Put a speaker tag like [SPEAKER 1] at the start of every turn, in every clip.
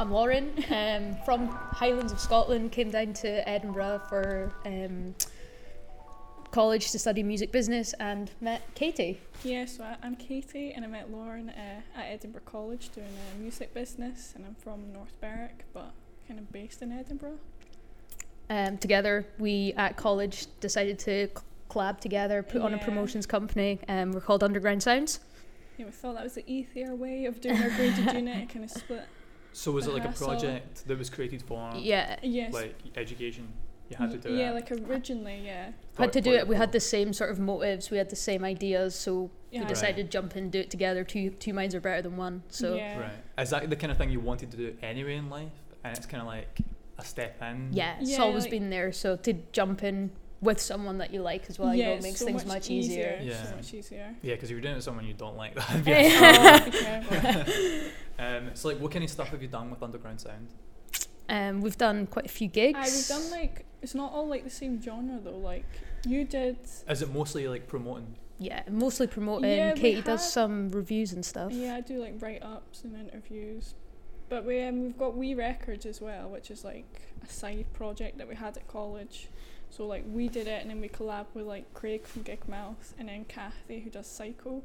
[SPEAKER 1] I'm Lauren um, from Highlands of Scotland. Came down to Edinburgh for um, college to study music business and met Katie.
[SPEAKER 2] Yeah, so I, I'm Katie and I met Lauren uh, at Edinburgh College doing a music business and I'm from North Berwick but kind of based in Edinburgh.
[SPEAKER 1] Um, together, we at college decided to c- collab together, put on a
[SPEAKER 2] Yeah.
[SPEAKER 1] promotions company. Um, we're called Underground Sounds.
[SPEAKER 2] Yeah, we thought that was the easier way of doing our graded unit, kind of split.
[SPEAKER 3] So was it
[SPEAKER 1] Uh,
[SPEAKER 3] like a
[SPEAKER 2] Uh-huh, so-
[SPEAKER 3] project that was created for
[SPEAKER 1] Yeah,
[SPEAKER 2] Yes.
[SPEAKER 3] like education? You had to do
[SPEAKER 2] yeah,
[SPEAKER 3] it.
[SPEAKER 2] like originally, yeah.
[SPEAKER 1] had to do it. We had the same sort of motives. We had the same ideas, so
[SPEAKER 2] yeah
[SPEAKER 1] we
[SPEAKER 3] Right.
[SPEAKER 1] decided to jump in and do it together. Two two minds are better than one. So yeah,
[SPEAKER 2] yeah.
[SPEAKER 3] Right. Is that the kind of thing you wanted to do anyway in life? And it's kind of like a step in.
[SPEAKER 1] it's
[SPEAKER 2] Yeah,
[SPEAKER 1] always
[SPEAKER 2] like-
[SPEAKER 1] been there. So to jump in with someone that you like as well, you
[SPEAKER 2] yeah,
[SPEAKER 1] know, it
[SPEAKER 2] it's
[SPEAKER 1] makes
[SPEAKER 2] so
[SPEAKER 1] things much, easier.
[SPEAKER 3] Yeah.
[SPEAKER 2] So much easier.
[SPEAKER 3] Yeah, because if you're doing it with someone you don't like, that would be a
[SPEAKER 2] Yeah. oh, be careful.
[SPEAKER 3] um, so like, what kind of stuff have you done with Underground Sound?
[SPEAKER 1] Um, we've done quite a few
[SPEAKER 2] Aye, we've
[SPEAKER 1] gigs.
[SPEAKER 2] done like it's not all like the same genre though. Like you did,
[SPEAKER 3] Is it mostly like promoting?
[SPEAKER 1] yeah, mostly promoting.
[SPEAKER 2] Yeah, we
[SPEAKER 1] Katie does
[SPEAKER 2] have-
[SPEAKER 1] some reviews and stuff.
[SPEAKER 2] yeah, I do like write ups and interviews, but we um, we've got We Records as well, which is like a side project that we had at college. So like we did it, and then we collab with like Craig from Gig Mouth, and then Kathy who does Psycho,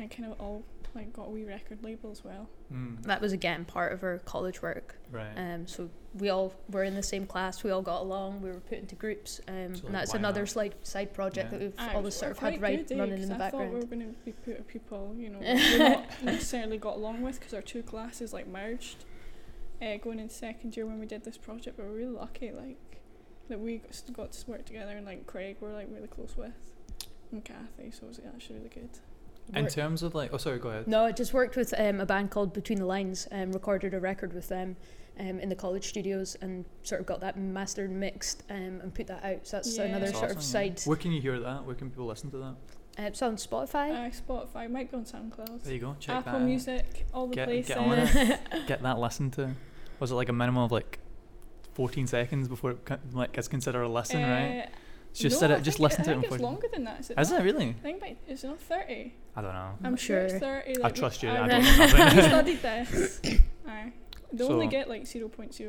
[SPEAKER 2] and kind of all like got a Wee Record label as well.
[SPEAKER 3] Hmm.
[SPEAKER 1] That was again part of our college work.
[SPEAKER 3] right.
[SPEAKER 1] Um, so we all were in the same class. We all got along. We were put into groups, um,
[SPEAKER 3] So, like,
[SPEAKER 1] and that's
[SPEAKER 3] why
[SPEAKER 1] another
[SPEAKER 3] not?
[SPEAKER 1] side side project
[SPEAKER 3] Yeah.
[SPEAKER 1] that we've
[SPEAKER 2] Aye,
[SPEAKER 1] always
[SPEAKER 2] so
[SPEAKER 1] sort
[SPEAKER 2] we're
[SPEAKER 1] of had
[SPEAKER 2] quite
[SPEAKER 1] right
[SPEAKER 2] good, eh,
[SPEAKER 1] running in
[SPEAKER 2] 'cause
[SPEAKER 1] the
[SPEAKER 2] I thought we
[SPEAKER 1] background.
[SPEAKER 2] were going to be put at people, you know, we not necessarily got along with because our two classes like merged. Uh, going into second year when we did this project, but we were really lucky, like that we got s- got to work together and like Craig, we're like really close with, and Kathy, so it was actually really good.
[SPEAKER 3] in
[SPEAKER 1] We're-
[SPEAKER 3] terms of like, oh sorry, go ahead.
[SPEAKER 1] No, I just worked with um, a band called Between the Lines and recorded a record with them um, in the college studios and sort of got that mastered and mixed um, and put that out. So that's
[SPEAKER 2] Yeah.
[SPEAKER 1] another
[SPEAKER 2] That's
[SPEAKER 1] sort
[SPEAKER 3] Awesome,
[SPEAKER 1] of
[SPEAKER 3] yeah.
[SPEAKER 1] side.
[SPEAKER 3] Where can you hear that? Where can people listen to that?
[SPEAKER 1] Uh, it's on Spotify.
[SPEAKER 2] Uh, Spotify might go on SoundCloud,
[SPEAKER 3] There you go. Check
[SPEAKER 2] Apple
[SPEAKER 3] that. out.
[SPEAKER 2] Music, all the
[SPEAKER 3] Get-
[SPEAKER 2] places.
[SPEAKER 3] get on it. Get that listened to. Was it like a minimum of like 14 seconds before it co- like is considered a listen, right?
[SPEAKER 2] Uh,
[SPEAKER 3] It's Just
[SPEAKER 2] no,
[SPEAKER 3] sit
[SPEAKER 2] I
[SPEAKER 3] it. Just
[SPEAKER 2] think
[SPEAKER 3] listen to
[SPEAKER 2] I
[SPEAKER 3] it.
[SPEAKER 2] think
[SPEAKER 3] in
[SPEAKER 2] it's
[SPEAKER 3] 14
[SPEAKER 2] longer than that. Is it?
[SPEAKER 3] Is
[SPEAKER 2] not?
[SPEAKER 3] it really?
[SPEAKER 2] I think about, it's not thirty.
[SPEAKER 3] I don't know.
[SPEAKER 1] I'm
[SPEAKER 2] I'm sure it's
[SPEAKER 1] sure.
[SPEAKER 2] 30.
[SPEAKER 3] I
[SPEAKER 2] like,
[SPEAKER 3] trust you,
[SPEAKER 2] I,
[SPEAKER 3] I
[SPEAKER 2] don't
[SPEAKER 3] don't know.
[SPEAKER 2] know. I studied this. Aye. They only
[SPEAKER 3] So-
[SPEAKER 2] get like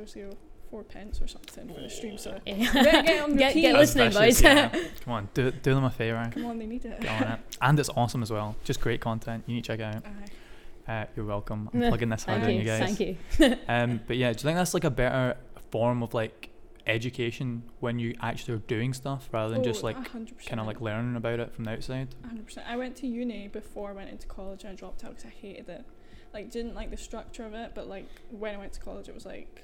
[SPEAKER 2] 0.004 pence or something for the stream, so
[SPEAKER 1] Yeah.
[SPEAKER 2] better get on the
[SPEAKER 1] Get-
[SPEAKER 2] key.
[SPEAKER 1] get
[SPEAKER 3] That's
[SPEAKER 1] listening, boys.
[SPEAKER 3] vicious, yeah. Come on, do do them a favor.
[SPEAKER 2] Come on, they need it.
[SPEAKER 3] Get on it. And it's awesome as well. Just great content. You need to check it out.
[SPEAKER 2] Aye.
[SPEAKER 3] Uh, you're welcome. I'm plugging this hard
[SPEAKER 1] Thank
[SPEAKER 3] on
[SPEAKER 1] you.
[SPEAKER 3] you guys.
[SPEAKER 1] Thank you.
[SPEAKER 3] Um, but yeah, do you think that's like a better form of like education when you actually are doing stuff rather than just
[SPEAKER 2] Oh,
[SPEAKER 3] like
[SPEAKER 2] 100%.
[SPEAKER 3] kind of like learning about it from the outside?
[SPEAKER 2] 100%. I went to uni before I went into college and I dropped out because I hated it. Like, didn't like the structure of it, but like when I went to college, it was like.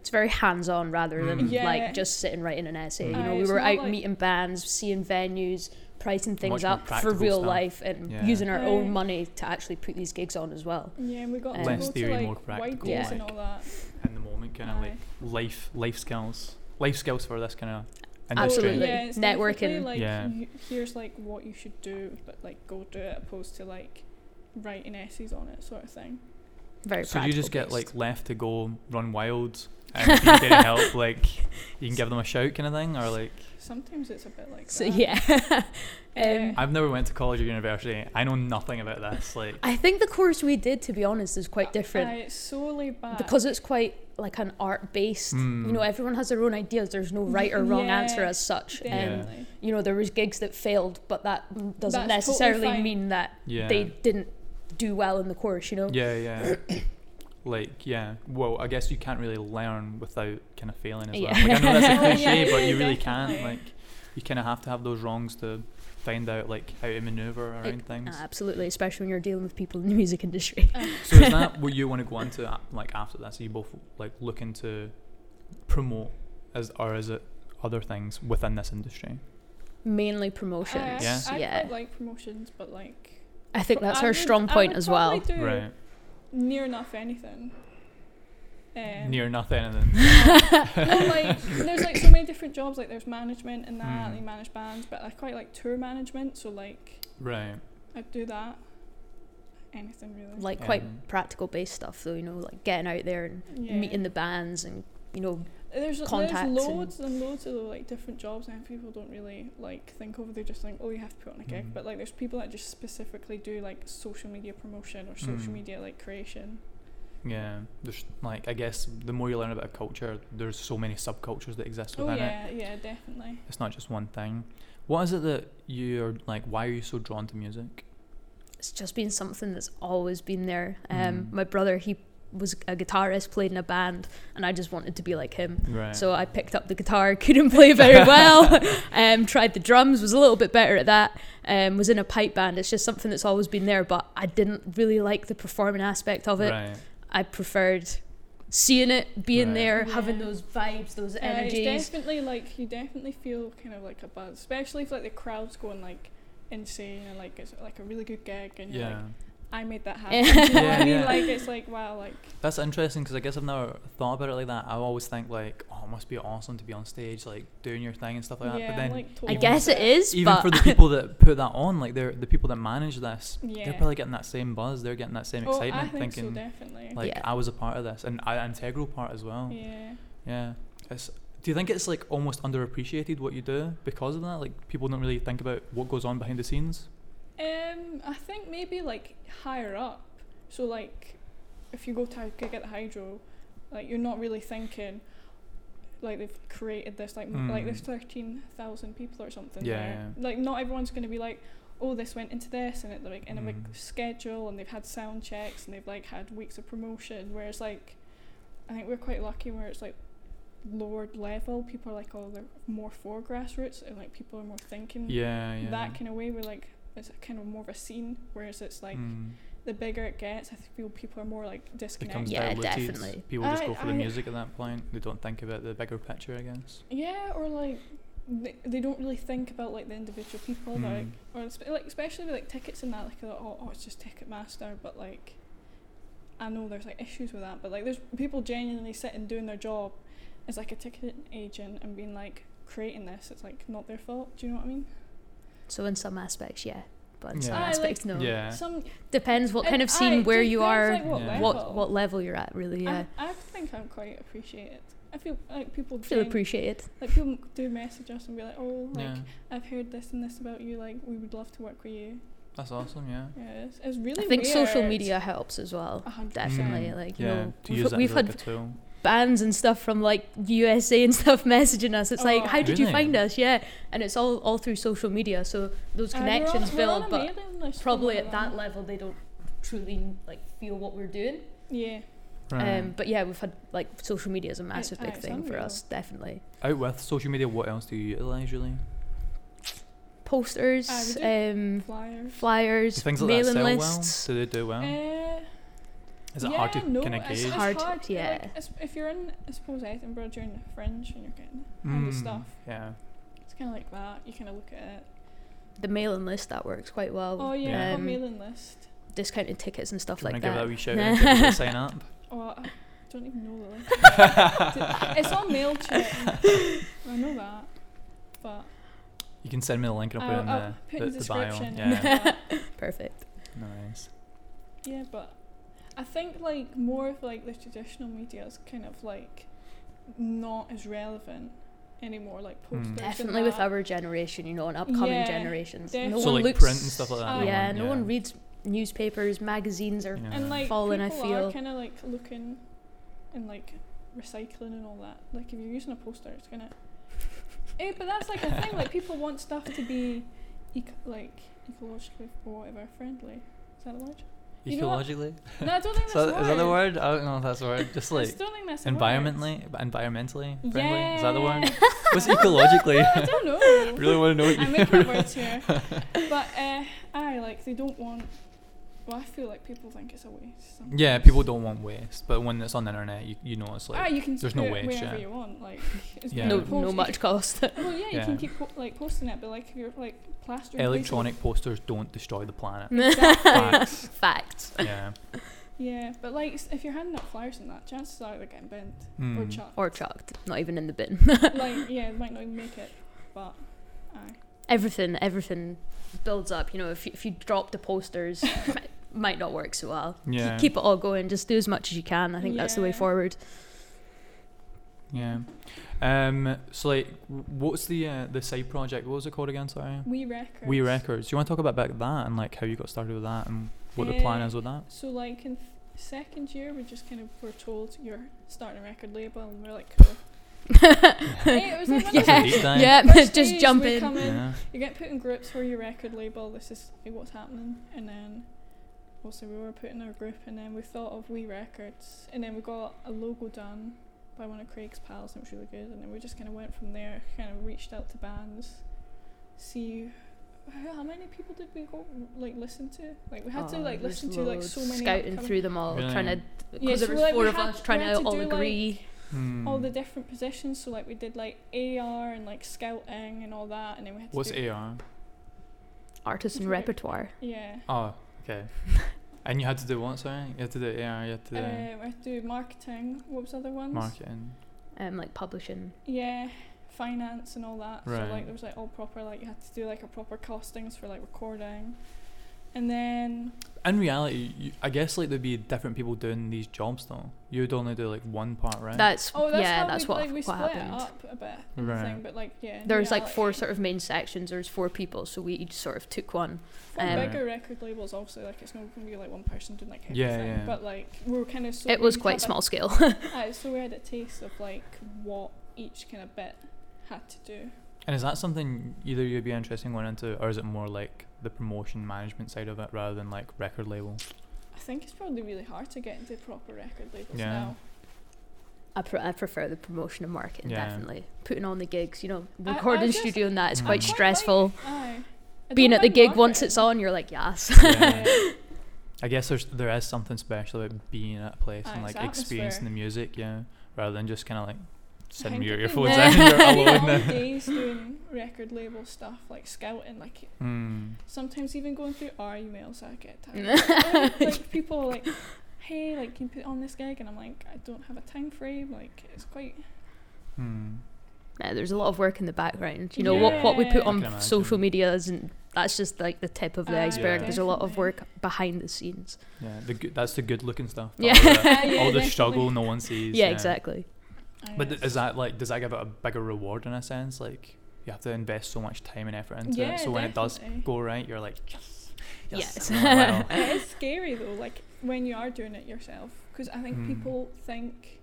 [SPEAKER 1] It's very hands on rather than
[SPEAKER 3] Mm.
[SPEAKER 2] Yeah.
[SPEAKER 1] like just sitting writing an essay. You
[SPEAKER 3] Mm.
[SPEAKER 1] know,
[SPEAKER 2] Aye,
[SPEAKER 1] we
[SPEAKER 2] it's
[SPEAKER 1] were
[SPEAKER 2] not
[SPEAKER 1] out
[SPEAKER 2] like-
[SPEAKER 1] meeting bands, seeing venues, pricing things
[SPEAKER 3] more
[SPEAKER 1] up for
[SPEAKER 3] practical
[SPEAKER 1] real
[SPEAKER 3] stuff.
[SPEAKER 1] life and
[SPEAKER 3] Yeah.
[SPEAKER 1] using our own
[SPEAKER 2] Aye.
[SPEAKER 1] money to actually put these gigs on as well.
[SPEAKER 2] Yeah, and we got
[SPEAKER 1] Um,
[SPEAKER 2] to
[SPEAKER 1] Less
[SPEAKER 2] go
[SPEAKER 3] theory,
[SPEAKER 2] to like
[SPEAKER 3] more
[SPEAKER 2] wide
[SPEAKER 3] practical,
[SPEAKER 2] games and
[SPEAKER 3] like,
[SPEAKER 2] all that.
[SPEAKER 3] In the moment, kind of like
[SPEAKER 2] Aye.
[SPEAKER 3] life life skills, life skills for this kind of industry.
[SPEAKER 1] Absolutely.
[SPEAKER 2] Yeah, it's definitely,
[SPEAKER 1] Networking.
[SPEAKER 2] Like,
[SPEAKER 3] Yeah.
[SPEAKER 2] you- here's like what you should do, but like go do it, opposed to like writing essays on it, sort of thing.
[SPEAKER 1] Very
[SPEAKER 3] So you just
[SPEAKER 1] practical
[SPEAKER 3] get
[SPEAKER 1] based.
[SPEAKER 3] like left to go run wild, and if you get help, like you can give them a shout, kind of thing, or like
[SPEAKER 2] Sometimes it's a bit like
[SPEAKER 1] So
[SPEAKER 2] that.
[SPEAKER 1] yeah. um,
[SPEAKER 2] Yeah.
[SPEAKER 3] I've never went to college or university. I know nothing about this. Like
[SPEAKER 1] I think the course we did, to be honest, is quite different
[SPEAKER 2] Aye, it's so laid back.
[SPEAKER 1] because it's quite like an art based. You
[SPEAKER 3] Mm.
[SPEAKER 1] know, everyone has their own ideas. There's no right or wrong
[SPEAKER 2] Yeah,
[SPEAKER 1] answer as such. Um, And
[SPEAKER 3] Yeah.
[SPEAKER 2] definitely.
[SPEAKER 1] you know, there was gigs that failed, but that doesn't
[SPEAKER 2] That's totally
[SPEAKER 1] necessarily
[SPEAKER 2] fine.
[SPEAKER 1] mean that
[SPEAKER 3] yeah,
[SPEAKER 1] they didn't do well in the course. You know.
[SPEAKER 3] yeah, yeah. Like yeah, well, I guess you can't really learn without kind of failing as
[SPEAKER 1] Yeah.
[SPEAKER 3] well. Like I know that's a
[SPEAKER 2] Oh, yeah,
[SPEAKER 3] cliche, but
[SPEAKER 2] yeah,
[SPEAKER 3] you really can't.
[SPEAKER 2] definitely.
[SPEAKER 3] Like you kind of have to have those wrongs to find out like how to maneuver around things.
[SPEAKER 1] Absolutely, especially when you're dealing with people in the music industry.
[SPEAKER 3] So is that what you want to go into a- like after that? So you both like looking to promote as or is it other things within this industry?
[SPEAKER 1] Mainly
[SPEAKER 2] Aye, I,
[SPEAKER 1] promotions.
[SPEAKER 3] Yeah.
[SPEAKER 2] I
[SPEAKER 1] yeah.
[SPEAKER 2] quite like promotions, but like
[SPEAKER 1] I think that's
[SPEAKER 2] I
[SPEAKER 1] our
[SPEAKER 2] would-
[SPEAKER 1] strong
[SPEAKER 2] I
[SPEAKER 1] point
[SPEAKER 2] would
[SPEAKER 1] as well.
[SPEAKER 2] probably do
[SPEAKER 3] Right.
[SPEAKER 2] Near enough anything. Um,
[SPEAKER 3] Near nothing and then
[SPEAKER 2] no, like there's like so many different jobs. Like there's management and that.
[SPEAKER 3] Hmm.
[SPEAKER 2] They manage bands, but I quite like tour management. So like
[SPEAKER 3] Right.
[SPEAKER 2] I'd do that. Anything really.
[SPEAKER 1] Like quite
[SPEAKER 3] Um,
[SPEAKER 1] practical based stuff, though. You know, like getting out there and
[SPEAKER 2] Yeah.
[SPEAKER 1] meeting the bands and you know
[SPEAKER 2] there's,
[SPEAKER 1] contacts
[SPEAKER 2] there's
[SPEAKER 1] and-
[SPEAKER 2] loads and, loads of like different jobs and people don't really like think over they just think oh you have to put on a gig
[SPEAKER 3] Mhm.
[SPEAKER 2] but like there's people that just specifically do like social media promotion or social
[SPEAKER 3] Mm.
[SPEAKER 2] media like creation
[SPEAKER 3] Yeah, there's like I guess the more you learn about a culture, there's so many subcultures that exist
[SPEAKER 2] oh
[SPEAKER 3] within it.
[SPEAKER 2] yeah, yeah, definitely.
[SPEAKER 3] It's not just one thing. What is it that you're like? Why are you so drawn to music?
[SPEAKER 1] it's just been something that's always been there. Um,
[SPEAKER 3] Mm.
[SPEAKER 1] My brother, he was a guitarist, played in a band, and I just wanted to be like him.
[SPEAKER 3] Right.
[SPEAKER 1] So I picked up the guitar, couldn't play very well. um, tried the drums, was a little bit better at that. Um, was in a pipe band. It's just something that's always been there, but I didn't really like the performing aspect of it.
[SPEAKER 3] Right.
[SPEAKER 1] I preferred seeing it, being
[SPEAKER 3] Right.
[SPEAKER 1] there, having
[SPEAKER 2] Yeah.
[SPEAKER 1] those vibes, those
[SPEAKER 2] Yeah, it's
[SPEAKER 1] energies.
[SPEAKER 2] definitely like you definitely feel kind of like a buzz, especially if like the crowd's going like insane and like it's like a really good gig and you're
[SPEAKER 3] Yeah.
[SPEAKER 2] like I made that happen. Do you know what I
[SPEAKER 3] Yeah,
[SPEAKER 2] mean?
[SPEAKER 3] yeah.
[SPEAKER 2] Like it's like wow, like
[SPEAKER 3] That's interesting because I guess I've never thought about it like that. I always think like, oh, it must be awesome to be on stage, like doing your thing and stuff like
[SPEAKER 2] yeah,
[SPEAKER 3] that. But
[SPEAKER 2] I'm,
[SPEAKER 3] then
[SPEAKER 2] like
[SPEAKER 1] I
[SPEAKER 2] totally
[SPEAKER 1] guess it
[SPEAKER 2] set.
[SPEAKER 1] is,
[SPEAKER 3] even
[SPEAKER 1] but
[SPEAKER 3] for the people that put that on, like they're the people that manage this,
[SPEAKER 2] Yeah.
[SPEAKER 3] they're probably getting that same buzz. They're getting that same
[SPEAKER 2] Oh,
[SPEAKER 3] excitement,
[SPEAKER 2] I think so,
[SPEAKER 3] thinking
[SPEAKER 2] definitely.
[SPEAKER 3] like oh.
[SPEAKER 1] Yeah.
[SPEAKER 3] I was a part of this and I, an integral part as well.
[SPEAKER 2] yeah.
[SPEAKER 3] Yeah. It's, do you think it's like almost underappreciated what you do because of that? Like people don't really think about what goes on behind the scenes.
[SPEAKER 2] Um, I think maybe like higher up. So like, if you go to a gig at the hydro, like you're not really thinking, like they've created this like m like
[SPEAKER 3] Mm.
[SPEAKER 2] there's thirteen thousand people or something.
[SPEAKER 3] Yeah,
[SPEAKER 2] there. Like not everyone's going to be like, oh this went into this and it like in a big
[SPEAKER 3] Mm.
[SPEAKER 2] schedule and they've had sound checks and they've like had weeks of promotion. Whereas like, I think we're quite lucky where it's like lower level people are like oh they're more for grassroots and like people are more thinking
[SPEAKER 3] Yeah, yeah.
[SPEAKER 2] Mm. that kind of way where like it's a kind of more of a scene whereas it's like
[SPEAKER 3] Mm.
[SPEAKER 2] the bigger it gets i feel people are more like
[SPEAKER 3] becomes
[SPEAKER 2] disconnected
[SPEAKER 1] Yeah,
[SPEAKER 3] diluted.
[SPEAKER 1] definitely.
[SPEAKER 3] People just
[SPEAKER 2] I-
[SPEAKER 3] go for the
[SPEAKER 2] I-
[SPEAKER 3] music at that point. They don't think about the bigger picture, I guess.
[SPEAKER 2] yeah or like they, they don't really think about like the individual people they're Oh, like
[SPEAKER 3] Mm.
[SPEAKER 2] or spe- like especially with like tickets and that like they're like, oh, oh it's just ticketmaster but like i know there's like issues with that but like there's people genuinely sitting doing their job as like a ticket agent and being like creating this it's like not their fault do you know what i mean
[SPEAKER 1] so in some aspects, yeah, but in some
[SPEAKER 3] Yeah. I,
[SPEAKER 2] like-
[SPEAKER 1] aspects, no.
[SPEAKER 3] Yeah.
[SPEAKER 2] some
[SPEAKER 1] Depends what
[SPEAKER 2] and
[SPEAKER 1] kind of scene,
[SPEAKER 2] I-
[SPEAKER 1] where
[SPEAKER 2] just
[SPEAKER 1] you
[SPEAKER 2] depends,
[SPEAKER 1] are,
[SPEAKER 2] like, what,
[SPEAKER 3] Yeah.
[SPEAKER 1] what
[SPEAKER 2] level.
[SPEAKER 1] what level you're at, really. Yeah,
[SPEAKER 2] I, I think I'm quite appreciated. I feel like people
[SPEAKER 1] feel
[SPEAKER 2] gen-
[SPEAKER 1] appreciated.
[SPEAKER 2] like people do message us and be like, oh, like
[SPEAKER 3] yeah,
[SPEAKER 2] I've heard this and this about you. Like we would love to work with you.
[SPEAKER 3] that's awesome. Yeah.
[SPEAKER 2] Yeah, it's, it's really.
[SPEAKER 1] I think social
[SPEAKER 2] weird.
[SPEAKER 1] media helps as well.
[SPEAKER 2] A
[SPEAKER 3] Mm.
[SPEAKER 2] hundred
[SPEAKER 1] Definitely,
[SPEAKER 2] percent.
[SPEAKER 1] like, you
[SPEAKER 3] yeah,
[SPEAKER 1] know,
[SPEAKER 3] to
[SPEAKER 1] we've,
[SPEAKER 3] use that
[SPEAKER 1] we've
[SPEAKER 3] as like
[SPEAKER 1] had
[SPEAKER 3] a
[SPEAKER 2] um,
[SPEAKER 3] tool.
[SPEAKER 1] bands and stuff from like USA and stuff messaging us. It's like,
[SPEAKER 2] Oh.
[SPEAKER 1] how did you
[SPEAKER 3] Really?
[SPEAKER 1] find us? Yeah, and it's all all through social media, so those
[SPEAKER 2] Uh, we're on-
[SPEAKER 1] connections
[SPEAKER 2] we're on
[SPEAKER 1] build.
[SPEAKER 2] a
[SPEAKER 1] But
[SPEAKER 2] mailing list for
[SPEAKER 1] probably
[SPEAKER 2] one
[SPEAKER 1] at
[SPEAKER 2] of
[SPEAKER 1] that
[SPEAKER 2] them.
[SPEAKER 1] level, they don't truly like feel what we're doing.
[SPEAKER 2] Yeah.
[SPEAKER 3] Right.
[SPEAKER 1] Um, but yeah, we've had like social media is a massive
[SPEAKER 2] uh,
[SPEAKER 1] big
[SPEAKER 2] it's
[SPEAKER 1] thing for
[SPEAKER 2] unreal.
[SPEAKER 1] us, definitely.
[SPEAKER 3] Out with social media, what else do you utilize really?
[SPEAKER 1] Posters,
[SPEAKER 2] we
[SPEAKER 1] um,
[SPEAKER 2] Flyers.
[SPEAKER 3] Do
[SPEAKER 1] flyers,
[SPEAKER 3] things like that
[SPEAKER 1] mailing
[SPEAKER 3] sell
[SPEAKER 1] lists.
[SPEAKER 3] well? Do they do well?
[SPEAKER 2] Uh,
[SPEAKER 3] Is it
[SPEAKER 2] yeah,
[SPEAKER 3] hard to
[SPEAKER 2] no,
[SPEAKER 3] kind of
[SPEAKER 2] it's,
[SPEAKER 3] gauge?
[SPEAKER 2] It's
[SPEAKER 1] Hard
[SPEAKER 2] hard,
[SPEAKER 1] to-
[SPEAKER 2] to, like,
[SPEAKER 1] yeah.
[SPEAKER 2] it's- if you're in, I suppose Edinburgh, you're in the fringe and you're getting all the
[SPEAKER 3] Mm,
[SPEAKER 2] stuff.
[SPEAKER 3] Yeah.
[SPEAKER 2] It's kind of like that. You kind of look at it.
[SPEAKER 1] The mailing list that works quite well.
[SPEAKER 2] Oh yeah, a
[SPEAKER 1] Um,
[SPEAKER 2] mailing list.
[SPEAKER 1] discounted tickets and stuff
[SPEAKER 3] Do you
[SPEAKER 1] like
[SPEAKER 3] want to give that a
[SPEAKER 1] that.
[SPEAKER 3] wee shout out to people that sign up?
[SPEAKER 2] Oh, I don't even know the list. it's on Mailchimp. I know that, but
[SPEAKER 3] You can send me the link and I'll put
[SPEAKER 2] I'll-
[SPEAKER 3] it in
[SPEAKER 2] I'll put
[SPEAKER 3] the, the,
[SPEAKER 2] in
[SPEAKER 3] the bio.
[SPEAKER 2] description.
[SPEAKER 3] Yeah.
[SPEAKER 1] Perfect.
[SPEAKER 3] nice.
[SPEAKER 2] yeah, but I think like more of like the traditional media is kind of like not as relevant anymore. Like
[SPEAKER 3] Hmm.
[SPEAKER 2] posters, and
[SPEAKER 1] Definitely with
[SPEAKER 2] that.
[SPEAKER 1] our generation, you know, and upcoming
[SPEAKER 2] Yeah,
[SPEAKER 1] generations. No
[SPEAKER 2] definitely.
[SPEAKER 1] one
[SPEAKER 3] so like
[SPEAKER 1] looks,
[SPEAKER 3] print and stuff like that.
[SPEAKER 2] uh,
[SPEAKER 3] no
[SPEAKER 1] yeah,
[SPEAKER 3] one,
[SPEAKER 1] no one reads newspapers, magazines, or
[SPEAKER 3] Yeah.
[SPEAKER 2] and like
[SPEAKER 1] Fallen, I
[SPEAKER 2] people
[SPEAKER 1] feel.
[SPEAKER 2] are kind of like looking and like recycling and all that. Like if you're using a poster, it's gonna. Eh, but that's like a thing. Like people want stuff to be, eco- like ecologically or whatever friendly. Is that a word? you know what?
[SPEAKER 3] Ecologically?
[SPEAKER 2] No, I don't think
[SPEAKER 3] Is
[SPEAKER 2] that's
[SPEAKER 3] that,
[SPEAKER 2] a
[SPEAKER 3] is that the word? I don't know if that's the word. Just
[SPEAKER 2] I
[SPEAKER 3] like
[SPEAKER 2] still think that's a word.
[SPEAKER 3] environmentally, environmentally friendly.
[SPEAKER 2] Yeah.
[SPEAKER 3] Is that the word? What's ecologically?
[SPEAKER 2] I don't know.
[SPEAKER 3] really want to know what
[SPEAKER 2] I'm
[SPEAKER 3] you
[SPEAKER 2] making up words here. But uh, I like they don't want. Well, I feel like people think it's a waste. sometimes.
[SPEAKER 3] Yeah, people don't want waste, but when it's on the internet, you, you know it's
[SPEAKER 2] ah,
[SPEAKER 3] like
[SPEAKER 2] you can
[SPEAKER 3] there's
[SPEAKER 2] put
[SPEAKER 3] no
[SPEAKER 2] it
[SPEAKER 3] waste,
[SPEAKER 2] wherever
[SPEAKER 3] yeah.
[SPEAKER 2] you want. Like it's
[SPEAKER 3] Yeah.
[SPEAKER 1] no,
[SPEAKER 2] been posted-
[SPEAKER 1] no much cost.
[SPEAKER 2] Well, yeah, you
[SPEAKER 3] Yeah.
[SPEAKER 2] can keep po- like posting it, but like if you're like plastering places-
[SPEAKER 3] electronic posters don't destroy the planet.
[SPEAKER 2] Exactly.
[SPEAKER 3] Facts.
[SPEAKER 1] Facts.
[SPEAKER 3] yeah.
[SPEAKER 2] yeah, but like s- if you're handing out flyers and that, chances are they're getting bent or
[SPEAKER 3] Mm.
[SPEAKER 2] chucked.
[SPEAKER 1] Or chucked, not even in the bin.
[SPEAKER 2] like yeah, they might not even make it. But aye.
[SPEAKER 1] everything, everything builds up. You know, if you, if you drop the posters, it might not work so well. K-
[SPEAKER 3] Yeah.
[SPEAKER 1] Keep it all going. Just do as much as you can. I think that's the way
[SPEAKER 2] Yeah.
[SPEAKER 1] forward.
[SPEAKER 3] Yeah. Um. So like, w- what's the uh, the side project? What was it called again? Sorry.
[SPEAKER 2] we records.
[SPEAKER 3] We Records. Do you want to talk about, about that and like how you got started with that and what the plan
[SPEAKER 2] Uh,
[SPEAKER 3] is with that?
[SPEAKER 2] So like in second year, we just kind of were told you're starting a record label, and we're like, cool. Hey, it was like one of
[SPEAKER 1] Yeah.
[SPEAKER 2] those
[SPEAKER 3] That's a deep dive.
[SPEAKER 1] yeah,
[SPEAKER 2] first days
[SPEAKER 1] just
[SPEAKER 2] we
[SPEAKER 1] jump in.
[SPEAKER 2] come
[SPEAKER 3] Yeah.
[SPEAKER 2] You get put in groups for your record label, this is like what's happening, and then also we were put in our group, and then we thought of We Records, and then we got a logo done by one of Craig's pals, and it was really good, and then we just kind of went from there, kind of reached out to bands, see how how many people did we go like listen to? Like we had to
[SPEAKER 1] Oh,
[SPEAKER 2] like
[SPEAKER 1] there's
[SPEAKER 2] listen to like so many
[SPEAKER 1] Scouting
[SPEAKER 2] upcoming-
[SPEAKER 1] through them all,
[SPEAKER 3] Really?
[SPEAKER 1] trying to because
[SPEAKER 2] Yeah, so
[SPEAKER 1] there was
[SPEAKER 2] like, we
[SPEAKER 1] four of
[SPEAKER 2] had-
[SPEAKER 1] us
[SPEAKER 2] we
[SPEAKER 1] trying
[SPEAKER 2] had
[SPEAKER 1] to
[SPEAKER 2] to
[SPEAKER 1] all
[SPEAKER 2] do, like,
[SPEAKER 1] agree.
[SPEAKER 3] Hmm.
[SPEAKER 2] all the different positions. So like we did like AR and like scouting and all that, and then we had to
[SPEAKER 3] What's
[SPEAKER 2] do
[SPEAKER 3] AR?
[SPEAKER 1] Artists and
[SPEAKER 2] Different-
[SPEAKER 1] repertoire.
[SPEAKER 2] yeah.
[SPEAKER 3] Oh, okay. and you had to do what? Sorry, you had to do AR. You had to do
[SPEAKER 2] Um, I had to do marketing. What was the other ones?
[SPEAKER 3] marketing.
[SPEAKER 1] Um, like publishing.
[SPEAKER 2] Yeah, finance and all that.
[SPEAKER 3] Right.
[SPEAKER 2] So like there was like all proper like you had to do like a proper costings for like recording, and then
[SPEAKER 3] In reality, you, I guess like there'd be different people doing these jobs though. You'd only do like one part, right?
[SPEAKER 1] That's,
[SPEAKER 2] oh that's
[SPEAKER 1] yeah,
[SPEAKER 2] how
[SPEAKER 1] that's
[SPEAKER 2] we,
[SPEAKER 1] what
[SPEAKER 2] like, we
[SPEAKER 1] what
[SPEAKER 2] split it
[SPEAKER 1] happened.
[SPEAKER 2] up a bit. and
[SPEAKER 3] Right.
[SPEAKER 2] thing, but like yeah. in
[SPEAKER 1] There's like four
[SPEAKER 2] reality-
[SPEAKER 1] sort of main sections. There's four people, so we each sort of took one.
[SPEAKER 2] For
[SPEAKER 1] um,
[SPEAKER 2] bigger record labels, obviously, like it's not going to be like one person doing like
[SPEAKER 3] Yeah,
[SPEAKER 2] everything.
[SPEAKER 3] yeah.
[SPEAKER 2] But like we were kind of so
[SPEAKER 1] it was
[SPEAKER 2] we'd
[SPEAKER 1] quite
[SPEAKER 2] have a-
[SPEAKER 1] small scale.
[SPEAKER 2] Aye, so we had a taste of like what each kind of bit had to do.
[SPEAKER 3] and is that something either you'd be interested in going into, or is it more like the promotion management side of it rather than like record label?
[SPEAKER 2] I think it's probably really hard to get into proper record labels
[SPEAKER 3] Yeah.
[SPEAKER 2] now.
[SPEAKER 1] I, pre- I prefer the promotion and marketing
[SPEAKER 3] Yeah.
[SPEAKER 1] definitely. Putting on the gigs, you know,
[SPEAKER 2] I- I
[SPEAKER 1] recording
[SPEAKER 2] just-
[SPEAKER 1] studio and that is
[SPEAKER 3] Mm.
[SPEAKER 1] quite
[SPEAKER 3] I quite
[SPEAKER 2] like-
[SPEAKER 1] stressful.
[SPEAKER 2] Aye. I
[SPEAKER 1] Being
[SPEAKER 2] don't
[SPEAKER 1] at the
[SPEAKER 2] mind
[SPEAKER 1] gig once
[SPEAKER 2] marketing.
[SPEAKER 1] it's on, you're like, yes.
[SPEAKER 3] Yeah. I guess there's there is something special about being at a place
[SPEAKER 2] Ah,
[SPEAKER 3] and
[SPEAKER 2] it's
[SPEAKER 3] like
[SPEAKER 2] the
[SPEAKER 3] experiencing
[SPEAKER 2] atmosphere.
[SPEAKER 3] the music, yeah, rather than just kind of like
[SPEAKER 2] think
[SPEAKER 3] sitting with your
[SPEAKER 2] it is.
[SPEAKER 3] earphones in and you're
[SPEAKER 1] Yeah.
[SPEAKER 3] alone.
[SPEAKER 2] Long
[SPEAKER 3] there.
[SPEAKER 2] days doing record label stuff like scouting, like
[SPEAKER 3] Hmm.
[SPEAKER 2] sometimes even going through our emails, I get tired. like people are like, hey, like can you put on this gig, and I'm like, I don't have a time frame. Like it's quite
[SPEAKER 3] Hmm.
[SPEAKER 1] Yeah, there's a lot of work in the background. You know what what we
[SPEAKER 2] Yeah.
[SPEAKER 1] put
[SPEAKER 2] I
[SPEAKER 3] can
[SPEAKER 1] on social
[SPEAKER 3] imagine.
[SPEAKER 1] media isn't. That's just like the tip of the
[SPEAKER 2] Aye,
[SPEAKER 1] iceberg. There's a lot of
[SPEAKER 2] definitely.
[SPEAKER 1] work behind the scenes.
[SPEAKER 3] Yeah, the good, that's the good looking stuff.
[SPEAKER 1] Yeah.
[SPEAKER 3] All the,
[SPEAKER 2] Yeah,
[SPEAKER 3] all the
[SPEAKER 2] definitely.
[SPEAKER 3] struggle no one sees.
[SPEAKER 1] yeah, exactly.
[SPEAKER 2] aye,
[SPEAKER 3] But th-
[SPEAKER 2] it's-
[SPEAKER 3] is that like does that give it a bigger reward in a sense? Like you have to invest so much time and effort into
[SPEAKER 2] Yeah,
[SPEAKER 3] it. So when it does
[SPEAKER 2] definitely.
[SPEAKER 3] go right, you're like yes, yes.
[SPEAKER 1] Yes.
[SPEAKER 3] and I'm like, "Wow."
[SPEAKER 2] it is scary though, like when you are doing it yourself, because I think
[SPEAKER 3] Mm.
[SPEAKER 2] people think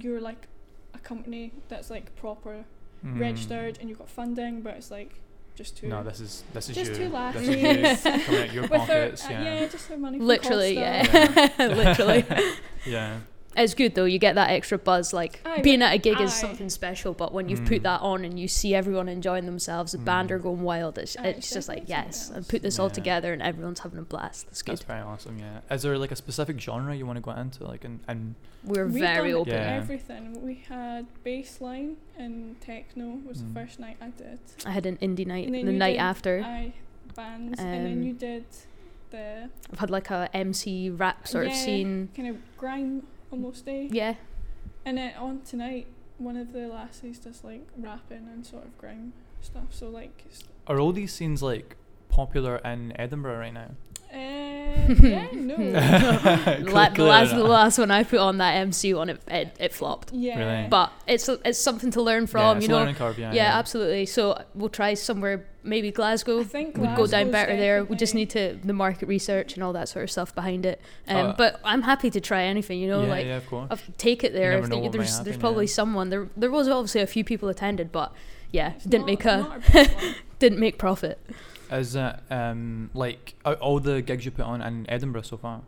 [SPEAKER 2] you're like a company that's like proper
[SPEAKER 3] Mm.
[SPEAKER 2] registered and you've got funding, but it's like just too.
[SPEAKER 3] No, this is this is
[SPEAKER 2] Just
[SPEAKER 3] you.
[SPEAKER 2] two
[SPEAKER 3] this is you
[SPEAKER 2] lashes.
[SPEAKER 3] coming out your
[SPEAKER 2] with their-
[SPEAKER 3] pockets.
[SPEAKER 2] uh,
[SPEAKER 3] yeah.
[SPEAKER 2] yeah, just their money. from
[SPEAKER 1] Literally,
[SPEAKER 2] Costa.
[SPEAKER 1] yeah, literally.
[SPEAKER 3] yeah.
[SPEAKER 1] It's good though. You get that extra buzz. Like
[SPEAKER 2] Aye,
[SPEAKER 1] being
[SPEAKER 2] but-
[SPEAKER 1] at a gig is
[SPEAKER 2] aye.
[SPEAKER 1] something special. But when you've
[SPEAKER 3] Mm.
[SPEAKER 1] put that on and you see everyone enjoying themselves, the band
[SPEAKER 3] Mm.
[SPEAKER 1] are going wild. It's,
[SPEAKER 2] Aye,
[SPEAKER 1] it's
[SPEAKER 2] it's
[SPEAKER 1] just like
[SPEAKER 2] definitely something
[SPEAKER 1] yes, and
[SPEAKER 2] else.
[SPEAKER 1] put this all
[SPEAKER 3] Yeah.
[SPEAKER 1] together and everyone's having a blast. That's good.
[SPEAKER 3] That's very awesome. Yeah. Is there like a specific genre you want to go into? Like and and
[SPEAKER 1] We're
[SPEAKER 2] We've
[SPEAKER 1] very
[SPEAKER 2] done
[SPEAKER 1] open.
[SPEAKER 3] Yeah.
[SPEAKER 2] Everything we had bassline and techno was
[SPEAKER 3] Mm.
[SPEAKER 2] the first night I did.
[SPEAKER 1] I had an indie night
[SPEAKER 2] And then
[SPEAKER 1] the
[SPEAKER 2] you
[SPEAKER 1] night
[SPEAKER 2] did
[SPEAKER 1] after.
[SPEAKER 2] I bands and then
[SPEAKER 1] Um,
[SPEAKER 2] you did the
[SPEAKER 1] I've had like a MC rap sort of
[SPEAKER 2] Yeah.
[SPEAKER 1] scene.
[SPEAKER 2] kind of grime almost day.
[SPEAKER 1] Yeah,
[SPEAKER 2] And then on tonight, one of the lassies does like rapping and sort of grime stuff. So like, it's,
[SPEAKER 3] are all these scenes like popular in Edinburgh right now?
[SPEAKER 2] uh, yeah, no,
[SPEAKER 1] the,
[SPEAKER 3] Clear-
[SPEAKER 1] la- the
[SPEAKER 3] clear
[SPEAKER 1] last
[SPEAKER 3] it
[SPEAKER 1] the
[SPEAKER 3] up.
[SPEAKER 1] last one I put on that MC one, it it, it flopped.
[SPEAKER 2] yeah,
[SPEAKER 3] Really?
[SPEAKER 1] But it's it's something to learn
[SPEAKER 3] yeah,
[SPEAKER 1] from,
[SPEAKER 3] it's
[SPEAKER 1] you
[SPEAKER 3] a
[SPEAKER 1] know.
[SPEAKER 3] learning curve, yeah,
[SPEAKER 1] yeah, absolutely. So we'll try somewhere, maybe Glasgow.
[SPEAKER 2] I think
[SPEAKER 1] would go down
[SPEAKER 2] Glasgow's
[SPEAKER 1] better there. We just
[SPEAKER 2] definitely-
[SPEAKER 1] need to the market research and all that sort of stuff behind it. Um,
[SPEAKER 3] Oh,
[SPEAKER 1] but I'm happy to try anything. You know,
[SPEAKER 3] yeah,
[SPEAKER 1] like
[SPEAKER 3] yeah, of course.
[SPEAKER 1] I've take it
[SPEAKER 3] You
[SPEAKER 1] there.
[SPEAKER 3] never
[SPEAKER 1] If
[SPEAKER 3] know
[SPEAKER 1] the-
[SPEAKER 3] what might
[SPEAKER 1] there's there's
[SPEAKER 3] happen,
[SPEAKER 1] probably
[SPEAKER 3] yeah.
[SPEAKER 1] someone there. There was obviously a few people attended, but yeah,
[SPEAKER 2] It's
[SPEAKER 1] didn't
[SPEAKER 2] not-
[SPEAKER 1] make a
[SPEAKER 2] not big one.
[SPEAKER 1] didn't make profit.
[SPEAKER 3] Is that um like are all the gigs you put on in Edinburgh so far?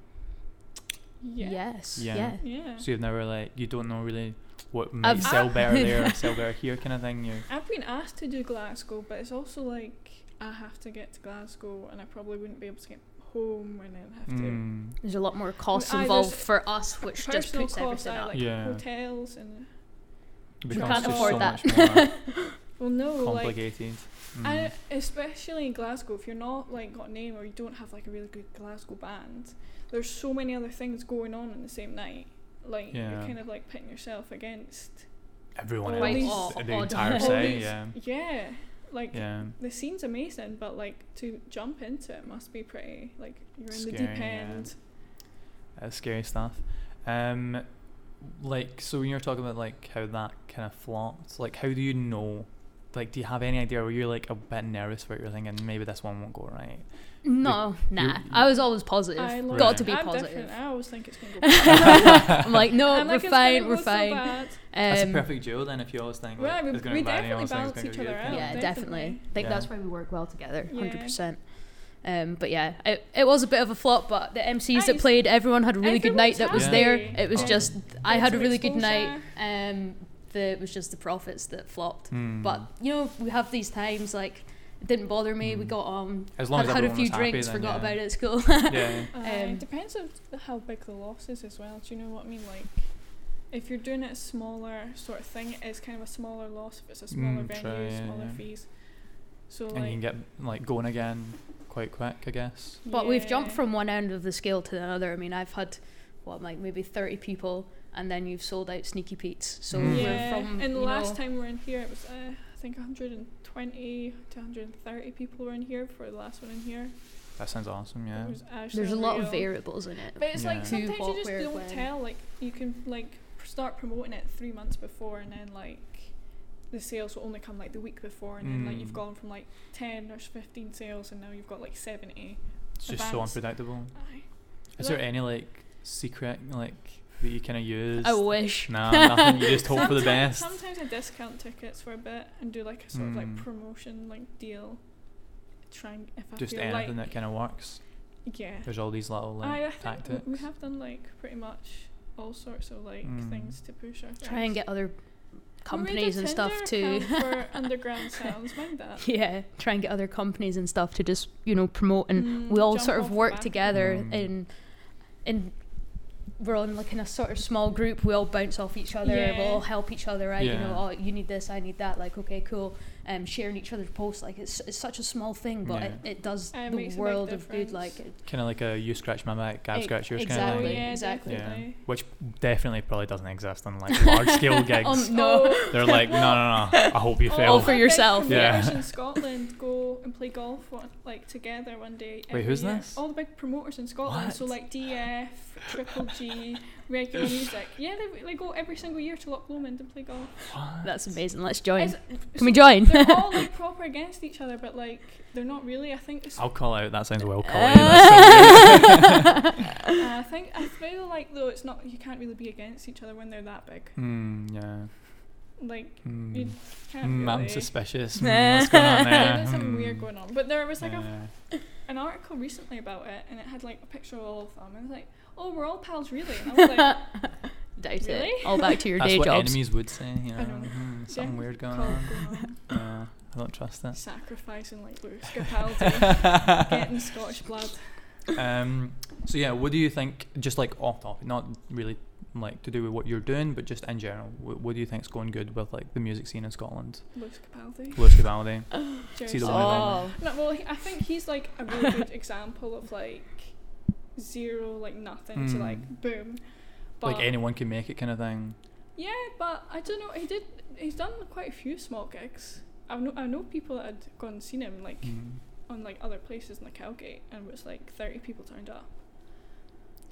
[SPEAKER 2] yeah. yeah.
[SPEAKER 1] Yes,
[SPEAKER 3] Yeah.
[SPEAKER 1] yeah.
[SPEAKER 3] So you've never like you don't know really what might
[SPEAKER 1] I've-
[SPEAKER 3] sell
[SPEAKER 2] Ah.
[SPEAKER 3] better there, or sell better here, kind of thing. You
[SPEAKER 2] I've been asked to do Glasgow, but it's also like I have to get to Glasgow, and I probably wouldn't be able to get home, and then have to
[SPEAKER 3] mm,
[SPEAKER 1] There's a lot more costs
[SPEAKER 2] Aye, there's
[SPEAKER 1] involved for us, which just
[SPEAKER 2] personal
[SPEAKER 1] puts
[SPEAKER 2] costs,
[SPEAKER 1] everything
[SPEAKER 2] I,
[SPEAKER 1] up.
[SPEAKER 2] like
[SPEAKER 3] Yeah.
[SPEAKER 2] hotels, and
[SPEAKER 3] becomes
[SPEAKER 2] can't
[SPEAKER 3] just
[SPEAKER 2] afford
[SPEAKER 3] so
[SPEAKER 1] that.
[SPEAKER 3] much more
[SPEAKER 2] well, no, like
[SPEAKER 3] complicated. Mm.
[SPEAKER 2] I, especially in Glasgow, if you're not like got a name or you don't have like a really good Glasgow band, there's so many other things going on in the same night. Like
[SPEAKER 3] Yeah.
[SPEAKER 2] you're kind of like pitting yourself against
[SPEAKER 3] Everyone
[SPEAKER 2] all
[SPEAKER 3] else,
[SPEAKER 2] these-
[SPEAKER 3] the
[SPEAKER 1] odd-
[SPEAKER 3] entire
[SPEAKER 1] all
[SPEAKER 3] city,
[SPEAKER 2] these-
[SPEAKER 3] yeah,
[SPEAKER 2] yeah, like
[SPEAKER 3] yeah.
[SPEAKER 2] the scene's amazing, but like to jump into it must be pretty like you're in the
[SPEAKER 3] Scary,
[SPEAKER 2] deep
[SPEAKER 3] yeah.
[SPEAKER 2] end.
[SPEAKER 3] That's scary stuff. Um, like so when you're talking about like how that kind of flopped, like how do you know like, do you have any idea where you're like a bit nervous about your thing and maybe this one won't go right?
[SPEAKER 1] No, nah. I was always positive.
[SPEAKER 2] I love
[SPEAKER 1] Got
[SPEAKER 2] it.
[SPEAKER 1] to be
[SPEAKER 2] I'm
[SPEAKER 1] positive.
[SPEAKER 2] Different. I always think it's going to go bad.
[SPEAKER 1] I'm like, no,
[SPEAKER 2] I'm
[SPEAKER 1] we're
[SPEAKER 2] like, it's
[SPEAKER 1] fine,
[SPEAKER 2] gonna
[SPEAKER 1] we're
[SPEAKER 2] go so
[SPEAKER 1] fine.
[SPEAKER 2] bad.
[SPEAKER 3] That's a
[SPEAKER 1] Um,
[SPEAKER 3] perfect duo then if you always think like,
[SPEAKER 2] Right, we-
[SPEAKER 3] it's going
[SPEAKER 2] we
[SPEAKER 3] to be bad and you
[SPEAKER 2] definitely
[SPEAKER 3] always
[SPEAKER 2] balance
[SPEAKER 3] think it's going to
[SPEAKER 2] each
[SPEAKER 3] be good.
[SPEAKER 2] other
[SPEAKER 3] kind of-
[SPEAKER 2] out.
[SPEAKER 1] yeah,
[SPEAKER 2] definitely.
[SPEAKER 1] definitely. I think
[SPEAKER 3] Yeah.
[SPEAKER 1] that's why we work well together, hundred
[SPEAKER 2] Yeah.
[SPEAKER 1] percent. Um, but yeah, it, it was a bit of a flop, but the MCs that
[SPEAKER 2] Nice.
[SPEAKER 1] played, everyone had a really good night.
[SPEAKER 2] Everyone's
[SPEAKER 1] That was
[SPEAKER 3] happy.
[SPEAKER 1] there.
[SPEAKER 2] Yeah.
[SPEAKER 1] It was
[SPEAKER 3] Yeah.
[SPEAKER 1] just I had a
[SPEAKER 2] of
[SPEAKER 1] really good night.
[SPEAKER 2] exposure.
[SPEAKER 1] Um, the, it was just the profits that flopped.
[SPEAKER 3] Hmm.
[SPEAKER 1] But you know, we have these times like it didn't bother me. We
[SPEAKER 3] Mm.
[SPEAKER 1] got on,
[SPEAKER 3] As long
[SPEAKER 1] had,
[SPEAKER 3] as
[SPEAKER 1] had a
[SPEAKER 3] everyone
[SPEAKER 1] few
[SPEAKER 3] was happy,
[SPEAKER 1] drinks,
[SPEAKER 3] then,
[SPEAKER 1] forgot
[SPEAKER 3] yeah.
[SPEAKER 1] about it at school.
[SPEAKER 3] Yeah.
[SPEAKER 2] Aye,
[SPEAKER 1] Um,
[SPEAKER 2] Uh, depends on th- how big the loss is as well. Do you know what I mean? Like, if you're doing it a smaller sort of thing, it's kind of a smaller loss if it's a smaller
[SPEAKER 3] Mm,
[SPEAKER 2] venue,
[SPEAKER 3] true, yeah,
[SPEAKER 2] smaller
[SPEAKER 3] yeah.
[SPEAKER 2] fees. So
[SPEAKER 3] And
[SPEAKER 2] like,
[SPEAKER 3] you can get like going again quite quick, I guess.
[SPEAKER 1] But we've jumped
[SPEAKER 2] yeah.
[SPEAKER 1] from one end of the scale to the other. I mean, I've had what like maybe thirty people, and then you've sold out Sneaky Pete's. So
[SPEAKER 3] Mm.
[SPEAKER 2] yeah.
[SPEAKER 1] we're from
[SPEAKER 2] and
[SPEAKER 1] you
[SPEAKER 2] last
[SPEAKER 1] know,
[SPEAKER 2] time we were in here, it was uh, I think 120 to 130 people were in here for the last one in here.
[SPEAKER 3] That sounds awesome, yeah.
[SPEAKER 2] It was actually
[SPEAKER 1] there's a lot of
[SPEAKER 2] unreal.
[SPEAKER 1] variables in it.
[SPEAKER 2] But it's
[SPEAKER 3] Yeah.
[SPEAKER 2] like
[SPEAKER 3] Who,
[SPEAKER 2] sometimes
[SPEAKER 1] what,
[SPEAKER 2] you just
[SPEAKER 1] where,
[SPEAKER 2] don't
[SPEAKER 1] when.
[SPEAKER 2] tell. Like you can like pr- start promoting it three months before, and then like the sales will only come like the week before, and then like you've
[SPEAKER 3] Mm.
[SPEAKER 2] gone from like ten or fifteen sales, and now you've got like seventy.
[SPEAKER 3] It's just so
[SPEAKER 2] advanced.
[SPEAKER 3] unpredictable.
[SPEAKER 2] Aye.
[SPEAKER 3] Is there
[SPEAKER 2] Like-
[SPEAKER 3] any like secret like that you kind of use?
[SPEAKER 1] I wish.
[SPEAKER 3] Nah, nothing. You just hope for the
[SPEAKER 2] Sometimes-
[SPEAKER 3] best.
[SPEAKER 2] Sometimes I discount tickets for a bit and do like a sort of
[SPEAKER 3] Mm.
[SPEAKER 2] like promotion like deal. Trying if I
[SPEAKER 3] Just
[SPEAKER 2] feel like
[SPEAKER 3] anything that kind of works.
[SPEAKER 2] yeah.
[SPEAKER 3] There's all these little like
[SPEAKER 2] Aye, I think
[SPEAKER 3] tactics.
[SPEAKER 2] w- we have done like pretty much all sorts of like
[SPEAKER 3] Mm.
[SPEAKER 2] things to push our
[SPEAKER 1] Try and
[SPEAKER 2] things.
[SPEAKER 1] get other
[SPEAKER 2] We made a
[SPEAKER 1] companies and stuff
[SPEAKER 2] Tinder
[SPEAKER 1] to.
[SPEAKER 2] account for underground sounds. Mind that.
[SPEAKER 1] Yeah, try and get other companies and stuff to just you know promote, and
[SPEAKER 2] Mm,
[SPEAKER 1] we all
[SPEAKER 2] jump
[SPEAKER 1] sort
[SPEAKER 2] off
[SPEAKER 1] of
[SPEAKER 2] the
[SPEAKER 1] work
[SPEAKER 2] back.
[SPEAKER 1] together
[SPEAKER 3] Mm.
[SPEAKER 1] in in we're on like in a sort of small group we all bounce off each other
[SPEAKER 2] Yeah.
[SPEAKER 1] we'll all help each other out you know
[SPEAKER 3] Yeah.
[SPEAKER 1] oh you need this i need that like okay cool um sharing each other's posts like it's, it's such a small thing but
[SPEAKER 3] Yeah.
[SPEAKER 1] it, it does
[SPEAKER 2] And it
[SPEAKER 1] the
[SPEAKER 2] makes a big
[SPEAKER 1] world of good
[SPEAKER 2] difference.
[SPEAKER 1] like it,
[SPEAKER 3] Kind of like a you scratch my back, I
[SPEAKER 1] Ex-
[SPEAKER 3] scratch yours kind
[SPEAKER 1] Exactly,
[SPEAKER 3] of
[SPEAKER 2] Oh,
[SPEAKER 3] thing.
[SPEAKER 2] yeah,
[SPEAKER 1] exactly.
[SPEAKER 2] definitely.
[SPEAKER 3] Yeah. Which definitely probably doesn't exist on like large scale gigs.
[SPEAKER 1] Um, no
[SPEAKER 2] Oh,
[SPEAKER 3] They're like, no, no, no. I hope you
[SPEAKER 2] oh,
[SPEAKER 1] All
[SPEAKER 3] fail.
[SPEAKER 1] for
[SPEAKER 2] I bet
[SPEAKER 1] yourself.
[SPEAKER 2] promoters
[SPEAKER 3] Yeah.
[SPEAKER 2] in Scotland go and play golf one, like together one day.
[SPEAKER 3] Wait,
[SPEAKER 2] every
[SPEAKER 3] who's
[SPEAKER 2] year.
[SPEAKER 3] this?
[SPEAKER 2] All the big promoters in Scotland, so
[SPEAKER 3] What?
[SPEAKER 2] like DF, Triple G, Regular Music. Yeah, they, they go every single year to Loch Lomond and play golf.
[SPEAKER 1] that's amazing let's join
[SPEAKER 2] It's-
[SPEAKER 1] can we join
[SPEAKER 2] They're all like proper against each other, but like they're not really. I think it's
[SPEAKER 3] I'll call out. That sounds well called.
[SPEAKER 2] Uh, I think I feel like though it's not you can't really be against each other when they're that big.
[SPEAKER 3] mm, yeah.
[SPEAKER 2] Like
[SPEAKER 3] Mm.
[SPEAKER 2] you can't
[SPEAKER 3] Mm,
[SPEAKER 2] really.
[SPEAKER 3] I'm suspicious. Mm, what's going on there?
[SPEAKER 2] There's something
[SPEAKER 3] Mm.
[SPEAKER 2] weird going on. But there was like
[SPEAKER 3] Yeah.
[SPEAKER 2] a, an article recently about it, and it had like a picture of all of them, and it was like, "Oh, we're all pals, really?" And I was like,
[SPEAKER 1] doubt it
[SPEAKER 2] Really?
[SPEAKER 1] all back to your
[SPEAKER 3] That's
[SPEAKER 1] day
[SPEAKER 3] what
[SPEAKER 1] jobs
[SPEAKER 3] enemies would say. You know,
[SPEAKER 2] I know.
[SPEAKER 3] mm, something
[SPEAKER 2] Yeah,
[SPEAKER 3] weird going
[SPEAKER 2] "Call
[SPEAKER 3] on.
[SPEAKER 2] it going on."
[SPEAKER 3] Yeah, I don't trust that.
[SPEAKER 2] Sacrificing like Lewis Capaldi, getting Scottish blood.
[SPEAKER 3] um, so yeah, what do you think? Just like off topic, not really like to do with what you're doing, but just in general, what, what do you think's going good with like the music scene in Scotland?
[SPEAKER 2] Lewis Capaldi.
[SPEAKER 3] Lewis Capaldi.
[SPEAKER 2] Jerry
[SPEAKER 3] See the
[SPEAKER 2] Seinfeld.
[SPEAKER 3] one of them.
[SPEAKER 1] oh
[SPEAKER 2] No, well, he- I think he's like a really good example of like zero, like nothing to
[SPEAKER 3] Mm.
[SPEAKER 2] like boom.
[SPEAKER 3] like anyone can make it, kind of thing.
[SPEAKER 2] Yeah, but I don't know. He did. He's done quite a few small gigs. I know. I know people that had gone and seen him like
[SPEAKER 3] Mm.
[SPEAKER 2] on like other places in the Cowgate, and it was like thirty people turned up.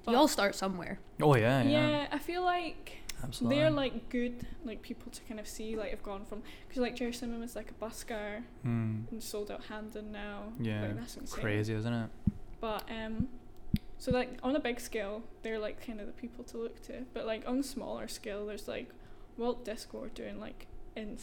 [SPEAKER 1] you all start somewhere
[SPEAKER 3] Oh yeah,
[SPEAKER 2] Yeah,
[SPEAKER 3] yeah,
[SPEAKER 2] I feel like
[SPEAKER 3] absolutely.
[SPEAKER 2] they're like good like people to kind of see like have gone from because like Jerry Simon was like a busker
[SPEAKER 3] Mm.
[SPEAKER 2] and sold out Hamden now.
[SPEAKER 3] Yeah,
[SPEAKER 2] like, that's insane.
[SPEAKER 3] Crazy, isn't it?
[SPEAKER 2] But um, so like on a big scale, they're like kind of the people to look to. But like on a smaller scale, there's like Walt Discord doing like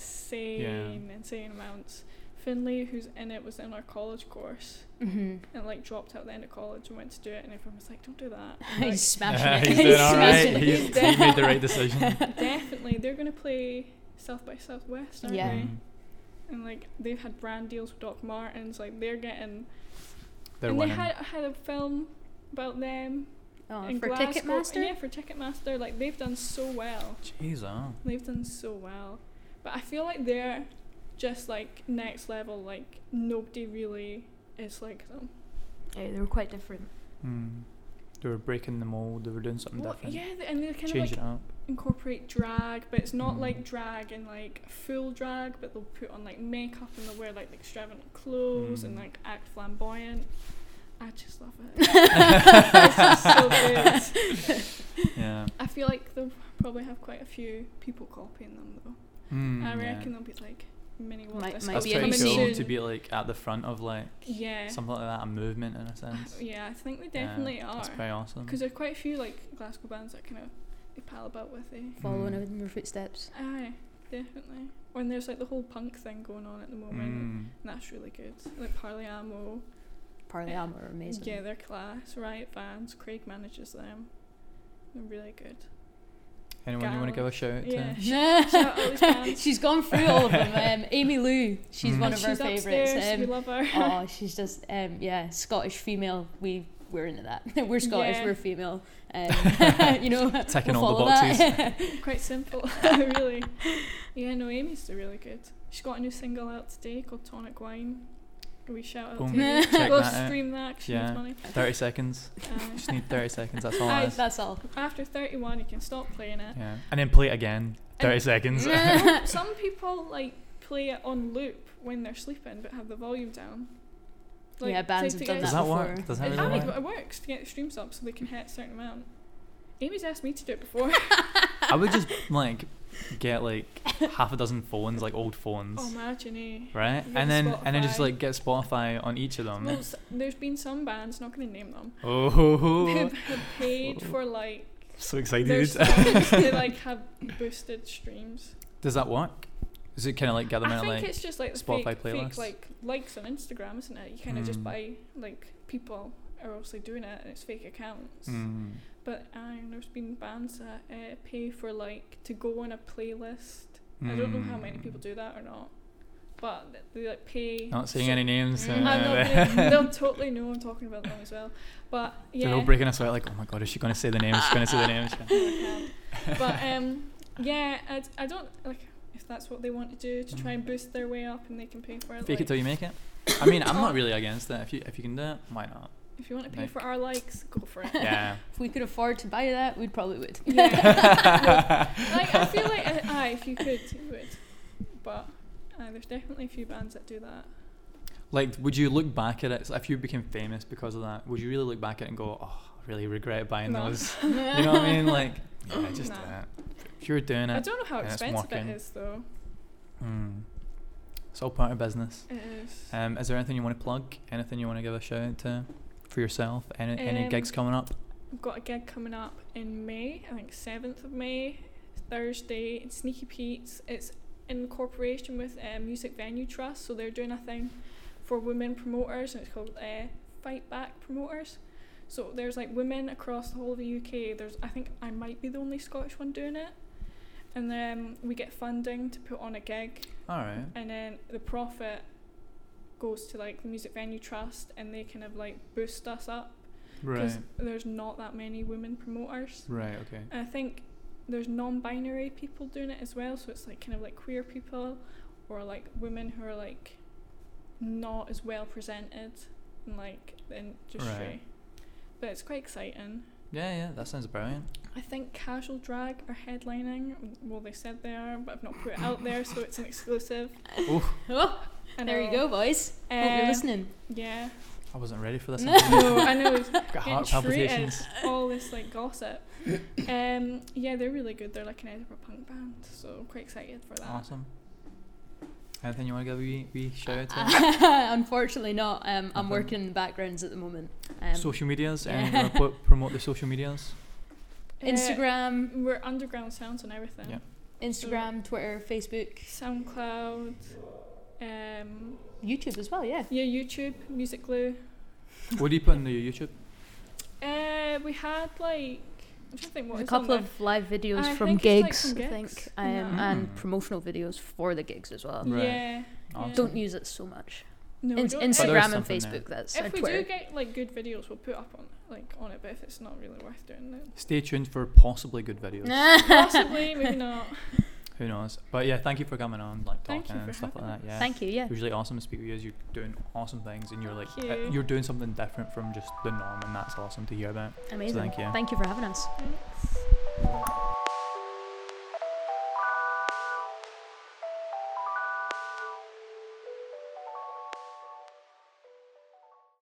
[SPEAKER 2] insane, insane amounts. Finley, who's in it, was in our college course
[SPEAKER 1] mm-hmm.
[SPEAKER 2] and like dropped out at the end of college and went to do it, and everyone was like, "Don't do that." Like,
[SPEAKER 1] he's smashing it
[SPEAKER 3] He's doing all right.
[SPEAKER 1] smashing it.
[SPEAKER 3] He's, he made the right decision.
[SPEAKER 2] definitely, they're gonna play South by Southwest, aren't
[SPEAKER 1] Yeah.
[SPEAKER 2] they?
[SPEAKER 3] Mm.
[SPEAKER 2] And like they've had brand deals with Doc Martens, like they're getting.
[SPEAKER 3] They're
[SPEAKER 2] and
[SPEAKER 3] winning.
[SPEAKER 2] they had had a film about them
[SPEAKER 1] oh,
[SPEAKER 2] in
[SPEAKER 1] for
[SPEAKER 2] Glasgow-
[SPEAKER 1] ticketmaster
[SPEAKER 2] Yeah, for Ticketmaster, like they've done so well.
[SPEAKER 3] Jeez, oh.
[SPEAKER 2] They've done so well, but I feel like they're just like next level. Like nobody really is like um, them.
[SPEAKER 1] Yeah, they were quite different.
[SPEAKER 3] Mm. They were breaking the mold. They were doing something
[SPEAKER 2] Well,
[SPEAKER 3] different.
[SPEAKER 2] yeah, they, and they kind
[SPEAKER 3] Change
[SPEAKER 2] of
[SPEAKER 3] it
[SPEAKER 2] like
[SPEAKER 3] up.
[SPEAKER 2] incorporate drag, but it's not
[SPEAKER 3] Mm.
[SPEAKER 2] like drag and like full drag, but they'll put on like makeup and they'll wear like extravagant clothes and
[SPEAKER 3] Mm.
[SPEAKER 2] like act flamboyant. I just love it. it's just so good.
[SPEAKER 3] Yeah.
[SPEAKER 2] I feel like they'll probably have quite a few people copying them though.
[SPEAKER 3] Mm,
[SPEAKER 2] I
[SPEAKER 3] yeah.
[SPEAKER 2] reckon they'll be like, mini world
[SPEAKER 1] Might-
[SPEAKER 2] disco
[SPEAKER 1] might
[SPEAKER 3] That's
[SPEAKER 1] be
[SPEAKER 3] pretty
[SPEAKER 2] coming
[SPEAKER 1] interesting.
[SPEAKER 3] cool
[SPEAKER 2] soon.
[SPEAKER 3] to be like at the front of like
[SPEAKER 2] yeah
[SPEAKER 3] something like that, a movement in a sense.
[SPEAKER 2] yeah I think they
[SPEAKER 3] Yeah,
[SPEAKER 2] definitely are. 'Cause
[SPEAKER 3] That's
[SPEAKER 2] are
[SPEAKER 3] pretty awesome.
[SPEAKER 2] because there are quite a few like Glasgow bands that kind of they pal about with they
[SPEAKER 1] Following
[SPEAKER 3] Mm.
[SPEAKER 1] in your footsteps.
[SPEAKER 2] aye definitely when there's like the whole punk thing going on at the moment
[SPEAKER 3] Mm.
[SPEAKER 2] and that's really good like Parley Ammo
[SPEAKER 1] Parley
[SPEAKER 2] Yeah.
[SPEAKER 1] Armour are amazing.
[SPEAKER 2] yeah they're class Riot Vans Craig manages them they're really good
[SPEAKER 3] Anyone you want to give a shout out
[SPEAKER 2] yeah
[SPEAKER 3] to?
[SPEAKER 2] sh- shout out these bands
[SPEAKER 1] she's gone through all of them. Um, Amy Lou, she's
[SPEAKER 3] Mm.
[SPEAKER 1] one of
[SPEAKER 2] she's
[SPEAKER 1] her
[SPEAKER 2] upstairs
[SPEAKER 1] favourites.
[SPEAKER 2] we
[SPEAKER 1] Um,
[SPEAKER 2] love her
[SPEAKER 1] oh, she's just um, yeah, Scottish female. We we're into that. we're Scottish.
[SPEAKER 2] Yeah.
[SPEAKER 1] We're female. Um, you know,
[SPEAKER 3] Ticking
[SPEAKER 1] we'll follow
[SPEAKER 3] all the boxes.
[SPEAKER 1] that.
[SPEAKER 2] quite simple, really. Yeah, no, Amy's still really good. She's got a new single out today called Tonic Wine. We shout out
[SPEAKER 3] Boom.
[SPEAKER 2] to Amy.
[SPEAKER 1] Check
[SPEAKER 2] Go
[SPEAKER 3] that out.
[SPEAKER 2] stream that, 'cause she needs
[SPEAKER 3] Yeah.
[SPEAKER 2] money.
[SPEAKER 3] Thirty seconds.
[SPEAKER 2] Uh,
[SPEAKER 3] Just need thirty seconds. That's all.
[SPEAKER 2] Aye.
[SPEAKER 3] it is.
[SPEAKER 1] That's all.
[SPEAKER 2] after 31, you can stop playing it.
[SPEAKER 3] Yeah, and then play it again. Thirty
[SPEAKER 2] And-
[SPEAKER 3] seconds.
[SPEAKER 1] Yeah.
[SPEAKER 2] Some- Some people like play it on loop when they're sleeping, but have the volume down.
[SPEAKER 1] Yeah, bands
[SPEAKER 2] to-
[SPEAKER 1] have
[SPEAKER 2] to
[SPEAKER 1] done
[SPEAKER 2] get-
[SPEAKER 3] Does that
[SPEAKER 1] before.
[SPEAKER 3] work? Does that
[SPEAKER 2] It,
[SPEAKER 3] really
[SPEAKER 2] aye,
[SPEAKER 3] work?
[SPEAKER 2] it works to get the streams up so they can hit a certain amount. Amy's asked me to do it before.
[SPEAKER 3] I would just like get like half a dozen phones, like old phones,
[SPEAKER 2] oh, imagine, eh?
[SPEAKER 3] right?
[SPEAKER 2] you get
[SPEAKER 3] And then and then just
[SPEAKER 2] Spotify.
[SPEAKER 3] like get Spotify on each of
[SPEAKER 2] Well,
[SPEAKER 3] them.
[SPEAKER 2] s- there's been some bands, not going to name them,
[SPEAKER 3] Oh, ho, ho.
[SPEAKER 2] who've have paid for like
[SPEAKER 3] so
[SPEAKER 2] their
[SPEAKER 3] excited!
[SPEAKER 2] songs to like have boosted streams.
[SPEAKER 3] Does that work? Is it kind of like gather
[SPEAKER 2] I
[SPEAKER 3] them
[SPEAKER 2] think
[SPEAKER 3] like?
[SPEAKER 2] it's just like the
[SPEAKER 3] Spotify
[SPEAKER 2] fake, fake
[SPEAKER 3] playlists.
[SPEAKER 2] like likes on Instagram, isn't it? You kind of just
[SPEAKER 3] Mm.
[SPEAKER 2] buy like people are obviously doing it, and it's fake accounts.
[SPEAKER 3] Mm.
[SPEAKER 2] But um, there's been bands that uh, pay for like to go on a playlist. I don't know how many
[SPEAKER 3] Mm.
[SPEAKER 2] people do that or not, but th- they like pay.
[SPEAKER 3] Not saying
[SPEAKER 2] so-
[SPEAKER 3] any names.
[SPEAKER 2] I'm not
[SPEAKER 3] uh,
[SPEAKER 2] gonna- they'll totally know I'm talking about them as well. But yeah,
[SPEAKER 3] They're all breaking us out like, oh my god, is she going to say the name? Is she going to say the name? Is she gonna-"
[SPEAKER 2] I can't. but um, yeah, I, d- I don't like if that's what they want to do to try and boost their way up, and they can pay for it.
[SPEAKER 3] Fake it
[SPEAKER 2] like,
[SPEAKER 3] till you make it. I mean, I'm not really against it. If you if you can do it, why not?
[SPEAKER 2] if you want to pay
[SPEAKER 3] like-
[SPEAKER 2] for our likes, go for it.
[SPEAKER 3] Yeah.
[SPEAKER 1] If we could afford to buy that, we probably would.
[SPEAKER 2] Yeah. like I feel like uh, aye, if you could, you would. But uh, there's definitely a few bands that do that.
[SPEAKER 3] Like, would you look back at it so if you became famous because of that? Would you really look back at it and go, oh, I really regret buying
[SPEAKER 2] No.
[SPEAKER 3] those? You know what I mean? Like, yeah, just
[SPEAKER 2] Nah.
[SPEAKER 3] that. If you're doing
[SPEAKER 2] I
[SPEAKER 3] it,
[SPEAKER 2] don't know how
[SPEAKER 3] and it's
[SPEAKER 2] expensive it
[SPEAKER 3] working.
[SPEAKER 2] is though.
[SPEAKER 3] mm, it's all part of business.
[SPEAKER 2] It is.
[SPEAKER 3] Um, is there anything you want to plug? Anything you want to give a shout out to for yourself? Any any
[SPEAKER 2] Um,
[SPEAKER 3] gigs coming up?
[SPEAKER 2] I've got a gig coming up in May. I think seventh of May, Thursday. It's Sneaky Pete's. It's in cooperation with uh, Music Venue Trust, so they're doing a thing for women promoters, and it's called uh, Fight Back Promoters. So there's like women across the whole of the UK. There's I think I might be the only Scottish one doing it, and then we get funding to put on a gig
[SPEAKER 3] All right.
[SPEAKER 2] and then the profit goes to like the music venue trust and they kind of like boost us up
[SPEAKER 3] Right.
[SPEAKER 2] there's not that many women promoters
[SPEAKER 3] Right. Okay.
[SPEAKER 2] and i think there's non-binary people doing it as well so it's like kind of like queer people or like women who are like not as well presented in like the industry
[SPEAKER 3] Right.
[SPEAKER 2] but it's quite exciting
[SPEAKER 3] Yeah. Yeah. That sounds brilliant.
[SPEAKER 2] I think Casual Drag are headlining. Well, they said they are, but I've not put it out there, so it's an exclusive.
[SPEAKER 1] Oh,
[SPEAKER 2] I
[SPEAKER 1] there you go,
[SPEAKER 2] know.
[SPEAKER 1] boys. Hope you're
[SPEAKER 2] Uh,
[SPEAKER 1] listening.
[SPEAKER 2] Yeah.
[SPEAKER 3] I wasn't ready for this.
[SPEAKER 1] No.
[SPEAKER 3] interview.
[SPEAKER 2] No, I know. it's
[SPEAKER 3] Got heart
[SPEAKER 2] Getting treated.
[SPEAKER 3] palpitations.
[SPEAKER 2] all this like gossip. Um, yeah, they're really good. They're like an Edinburgh punk band, so I'm quite excited for that.
[SPEAKER 3] Awesome. Anything you want to give a wee, wee shout out to?
[SPEAKER 2] Uh,
[SPEAKER 1] Unfortunately, not. Um, I'm
[SPEAKER 3] Nothing.
[SPEAKER 1] working in the backgrounds at the moment. Um,
[SPEAKER 3] social medias
[SPEAKER 1] yeah.
[SPEAKER 3] and you wanna put, promote the social medias.
[SPEAKER 2] Uh,
[SPEAKER 1] Instagram,
[SPEAKER 2] we're underground sounds and everything.
[SPEAKER 3] Yeah.
[SPEAKER 1] Instagram, Twitter, Facebook,
[SPEAKER 2] SoundCloud. Um,
[SPEAKER 1] YouTube as well. Yeah.
[SPEAKER 2] yeah, YouTube, Music Glue.
[SPEAKER 3] What do you put on the YouTube?
[SPEAKER 2] Uh, we had like I'm trying to think what
[SPEAKER 1] a
[SPEAKER 2] is on
[SPEAKER 1] couple
[SPEAKER 2] there.
[SPEAKER 1] of live videos
[SPEAKER 2] I
[SPEAKER 1] from
[SPEAKER 2] think it's, like,
[SPEAKER 1] gigs,
[SPEAKER 2] from
[SPEAKER 1] I
[SPEAKER 2] gigs.
[SPEAKER 1] think, um,
[SPEAKER 2] Yeah.
[SPEAKER 3] Mm.
[SPEAKER 1] and promotional videos for the gigs as well.
[SPEAKER 3] Right.
[SPEAKER 2] yeah.
[SPEAKER 3] Awesome.
[SPEAKER 2] yeah.
[SPEAKER 1] Don't use it so much.
[SPEAKER 2] no,
[SPEAKER 1] In-
[SPEAKER 2] don't-
[SPEAKER 3] But
[SPEAKER 1] Instagram
[SPEAKER 3] there
[SPEAKER 1] and
[SPEAKER 3] is something there.
[SPEAKER 1] Facebook. That's and
[SPEAKER 2] If we
[SPEAKER 1] Twitter.
[SPEAKER 2] do get like good videos, we'll put up on like on it. But if it's not really worth doing, then
[SPEAKER 3] Stay tuned for possibly good videos.
[SPEAKER 2] possibly maybe not.
[SPEAKER 3] Who knows? But yeah, thank you for coming on, like
[SPEAKER 2] Thank you
[SPEAKER 3] talking
[SPEAKER 2] for
[SPEAKER 3] and stuff like
[SPEAKER 2] having
[SPEAKER 3] that. Yeah.
[SPEAKER 1] Thank you. Yeah.
[SPEAKER 3] It was really awesome to speak with you. As you're doing awesome things, and you're like
[SPEAKER 2] Thank
[SPEAKER 3] uh,
[SPEAKER 2] you.
[SPEAKER 3] you're doing something different from just the norm, and that's awesome to hear about.
[SPEAKER 1] Amazing.
[SPEAKER 3] thank you.
[SPEAKER 1] Thank you for having us.
[SPEAKER 2] Thanks.